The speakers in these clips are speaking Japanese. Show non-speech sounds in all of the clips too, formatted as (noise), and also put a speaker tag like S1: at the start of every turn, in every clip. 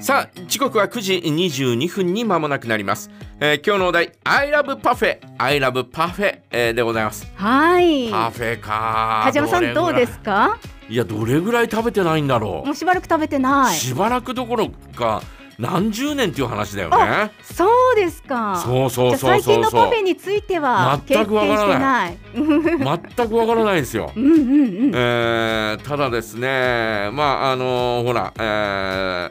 S1: さあ時刻は9時22分に間もなくなります、えー今日のお題「I love パフェ」「I love パフェ」えーでございます
S2: はい。
S1: パフェか
S2: 梶山さんどうです
S1: か
S2: か？
S1: いやどれぐらい食べてないんだろう
S2: もうしばらく食べてない。
S1: しばらくどころか何十年っていう話だよね
S2: そうですか。
S1: そうそ
S2: じ
S1: う
S2: ゃあ
S1: そう
S2: 最
S1: そ
S2: 近
S1: う
S2: の
S1: そ
S2: パ
S1: う
S2: フェについては経
S1: 全
S2: 験
S1: くわから
S2: してない。
S1: 全くわからないんですよ
S2: (laughs) うんうんうん。
S1: えーただですねまああのーほら、え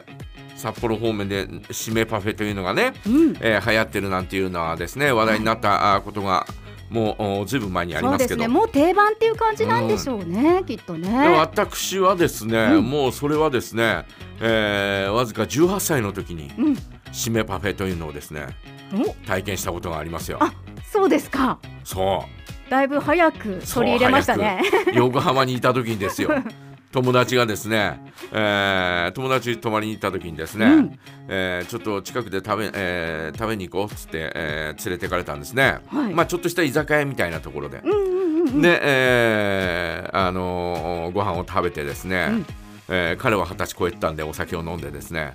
S1: ー札幌方面で締めパフェというのがね、
S2: うん。
S1: えー流行ってるなんていうのはですね話題になったあーことがもうおずいぶん前にあり
S2: そう
S1: ま
S2: ですす
S1: けど
S2: ね。もう定番っていう感じなんでしょうね。きっと
S1: で
S2: ね。
S1: 私はですね、
S2: うん
S1: もうそれはですね、えーわずか18歳の時に
S2: うん。
S1: 締めパフェというのをですね
S2: お、
S1: 体験したことがありますよ
S2: あそうですか。
S1: そ
S2: だいぶ早く
S1: うそう
S2: 取り入れましたね。
S1: 早く横浜にいた時に
S2: (laughs)
S1: ですよ友達がですね、えー友達泊まりに行った時にですね、
S2: うん
S1: えーちょっと近くで食べ,、えー食べに行こうっつって、えー連れてかれたんですね、
S2: はい
S1: まあちょっとした居酒屋みたいなところで、
S2: うんうんうんうん。
S1: で、えーあのーご飯を食べてですね、
S2: うん
S1: えー彼は二十歳超えてたんでお酒を飲んでですね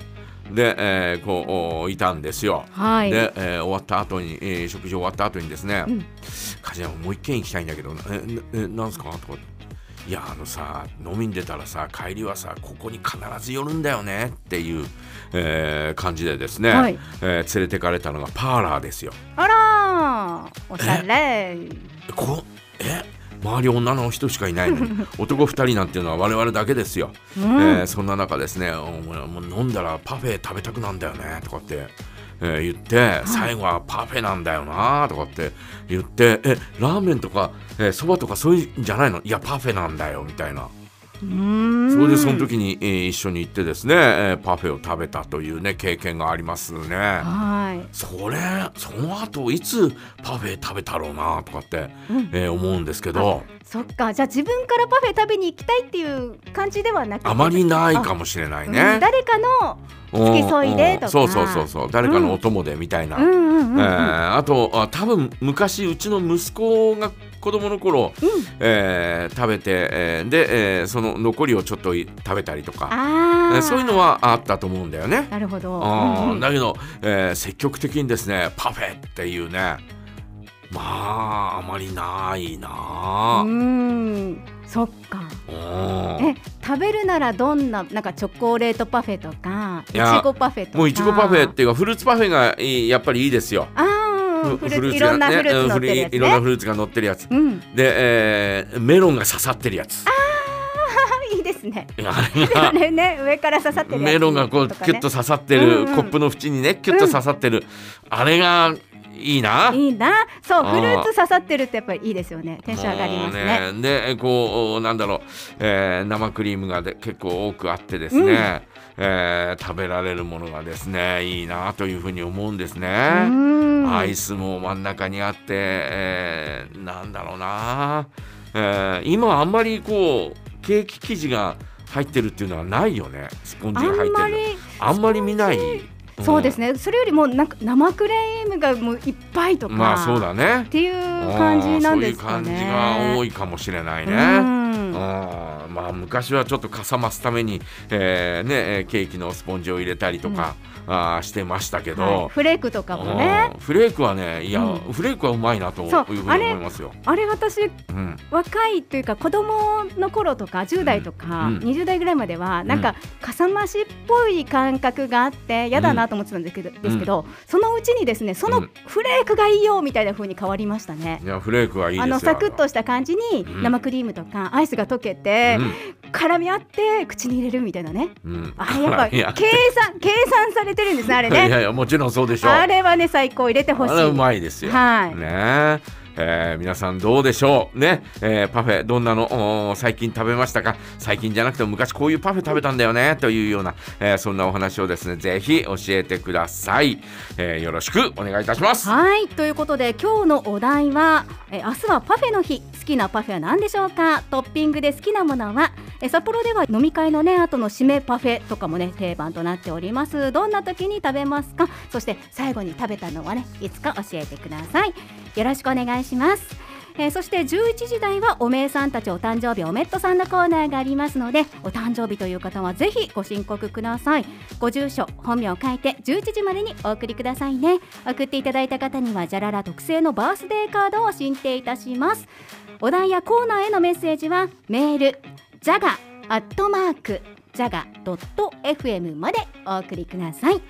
S1: で、えーこうおいたんですよ、
S2: はい。
S1: で、えー終わった後に、えー食事終わった後にですね
S2: うん
S1: 「梶山もう一軒行きたいんだけどなえなえなんすか?」とか「いやあのさ飲みに出たらさ帰りはさここに必ず寄るんだよね」っていう、えー感じでですね、
S2: はい
S1: えー連れてかれたのがパーラーですよ。
S2: (laughs) あらー、おしゃれ。
S1: こえ周り女の人しかいないの
S2: (laughs)
S1: に男2人なんていうのは我々だけですよ、
S2: う
S1: え
S2: ん。
S1: ーそんな中ですねお前もう飲んだらパフェ食べたくなんだよねとかって、えー言って最後はパフェなんだよなとかって言ってえラーメンとかえーそば、とかそういうんじゃないのいやパフェなんだよみたいな
S2: うん
S1: それでその時に、えー一緒に行ってですね、えーパフェを食べたというね経験がありますね。
S2: は
S1: それその後いつパフェ食べたろうなとかって、
S2: い。うん。
S1: えー思うんですけど。
S2: そっか。じゃあ自分からパフェ食べに行きたいっていう感じではなくて
S1: あまりないかもしれない
S2: うん
S1: ね。
S2: 誰かの
S1: うん
S2: 付き添いでとか
S1: そうそうそうそう、誰かのお供でみたいな。
S2: うんうんうんうん、
S1: えーあとあ多分昔うちの息子が子供の頃、
S2: うん
S1: えー食べて、えーで、えーその残りをちょっとい食べたりとか、
S2: あ
S1: え
S2: あ
S1: ーそういうのはあったと思うんだよね。
S2: なるほど、
S1: あー
S2: うんうん
S1: だけど、えー積極的にですねパフェっていうねまああまりないな
S2: う。んそっか
S1: うん
S2: え食べるならどんななんかチョコレートパフェとかい
S1: いや
S2: ちごパフェとか
S1: もういちごパフェっていうかフルーツパフェがいいやっぱりいいですよ。
S2: あーうんフルーツいろんな
S1: ね
S2: フルーツ乗ってるやつ
S1: いろんな
S2: ね
S1: フルーツが乗ってるやつで、
S2: うん
S1: えーメロンが刺さってるやつ
S2: いいですね
S1: いやあれが
S2: あれ (laughs) ね上から刺さってるやつ
S1: メロンがこうキ
S2: とか
S1: ュ
S2: ね
S1: ッと刺さってる、
S2: うんうん
S1: コップの縁にねキュッと刺さってる、あれがいいない
S2: いなそ
S1: あ
S2: う
S1: ー
S2: フルーツ刺さってるってやっぱりいいですよねテンション上がりますね
S1: もうでこうなんだろう、えー生クリームがで結構多くあってですね、
S2: うん
S1: えー食べられるものがですねいいなというふうに思うんですね。
S2: うん
S1: アイスも真ん中にあって、えーなんだろうな、えー今あんまりこうケーキ生地が入ってるっていうのはないよねスポン
S2: あ
S1: ジが入
S2: ん
S1: って
S2: ま
S1: る
S2: り
S1: のあんまり見ない、
S2: そうです
S1: ね、
S2: ね、それよりもなんか生クリームがもういっぱいとか、
S1: まあそうだね
S2: っていう感じなんです
S1: う
S2: か
S1: ん
S2: ね。
S1: そういう感じが多いかもしれないね。
S2: うん
S1: あまあ昔はちょっとかさ増すために、えーね、えーケーキのスポンジを入れたりとか、あーしてましたけ
S2: はい
S1: ど、
S2: フレークとかもね。
S1: うんフレークはねいや、
S2: う
S1: フレークはうまいなという
S2: そう
S1: ふうに
S2: あれ
S1: 思いますよ。
S2: あれ私
S1: うん、
S2: 若いというか子供の頃とか10代とか
S1: うん
S2: 20代ぐらいまではなんかかさ増しっぽい感覚があって嫌だなと思ってたんですけど,、ですけどそのうちにですねそのフレークがいいよみたいな風に変わりましたね。
S1: いやフレークはいいですよ
S2: あのサクッとした感じに
S1: うん
S2: 生クリームとかアイスが溶けて絡み合って口に入れるみたいなね
S1: うんうん
S2: あれやっぱ
S1: いや
S2: 計算計算されてるんですねあ
S1: (laughs)
S2: れ
S1: いやい
S2: ね。
S1: やもちろんそうでしょう
S2: あれはね最高入れてほしい。
S1: あれはうまいですよ、
S2: はい
S1: ねええー皆さんどうでしょうね、えーパフェどんなのおー最近食べましたか最近じゃなくても昔こういうパフェ食べたんだよねというような、えーそんなお話をですねぜひ教えてください、えーよろしくお願いいたします
S2: はいということで今日のお題はえ明日はパフェの日好きなパフェは何でしょうかトッピングで好きなものはえ札幌では飲み会のね後の締めパフェとかもね定番となっておりますどんな時に食べますかそして最後に食べたのはねいつか教えてくださいよろしくお願いしますえーそして11時台はおめえさんたちお誕生日おめっとさんのコーナーがありますのでお誕生日という方はぜひご申告くださいご住所本名を書いて11時までにお送りくださいね送っていただいた方にはジャララ特製のバースデーカードを進呈いたしますお題やコーナーへのメッセージはメールジャガアットマークジャガ .fm までお送りください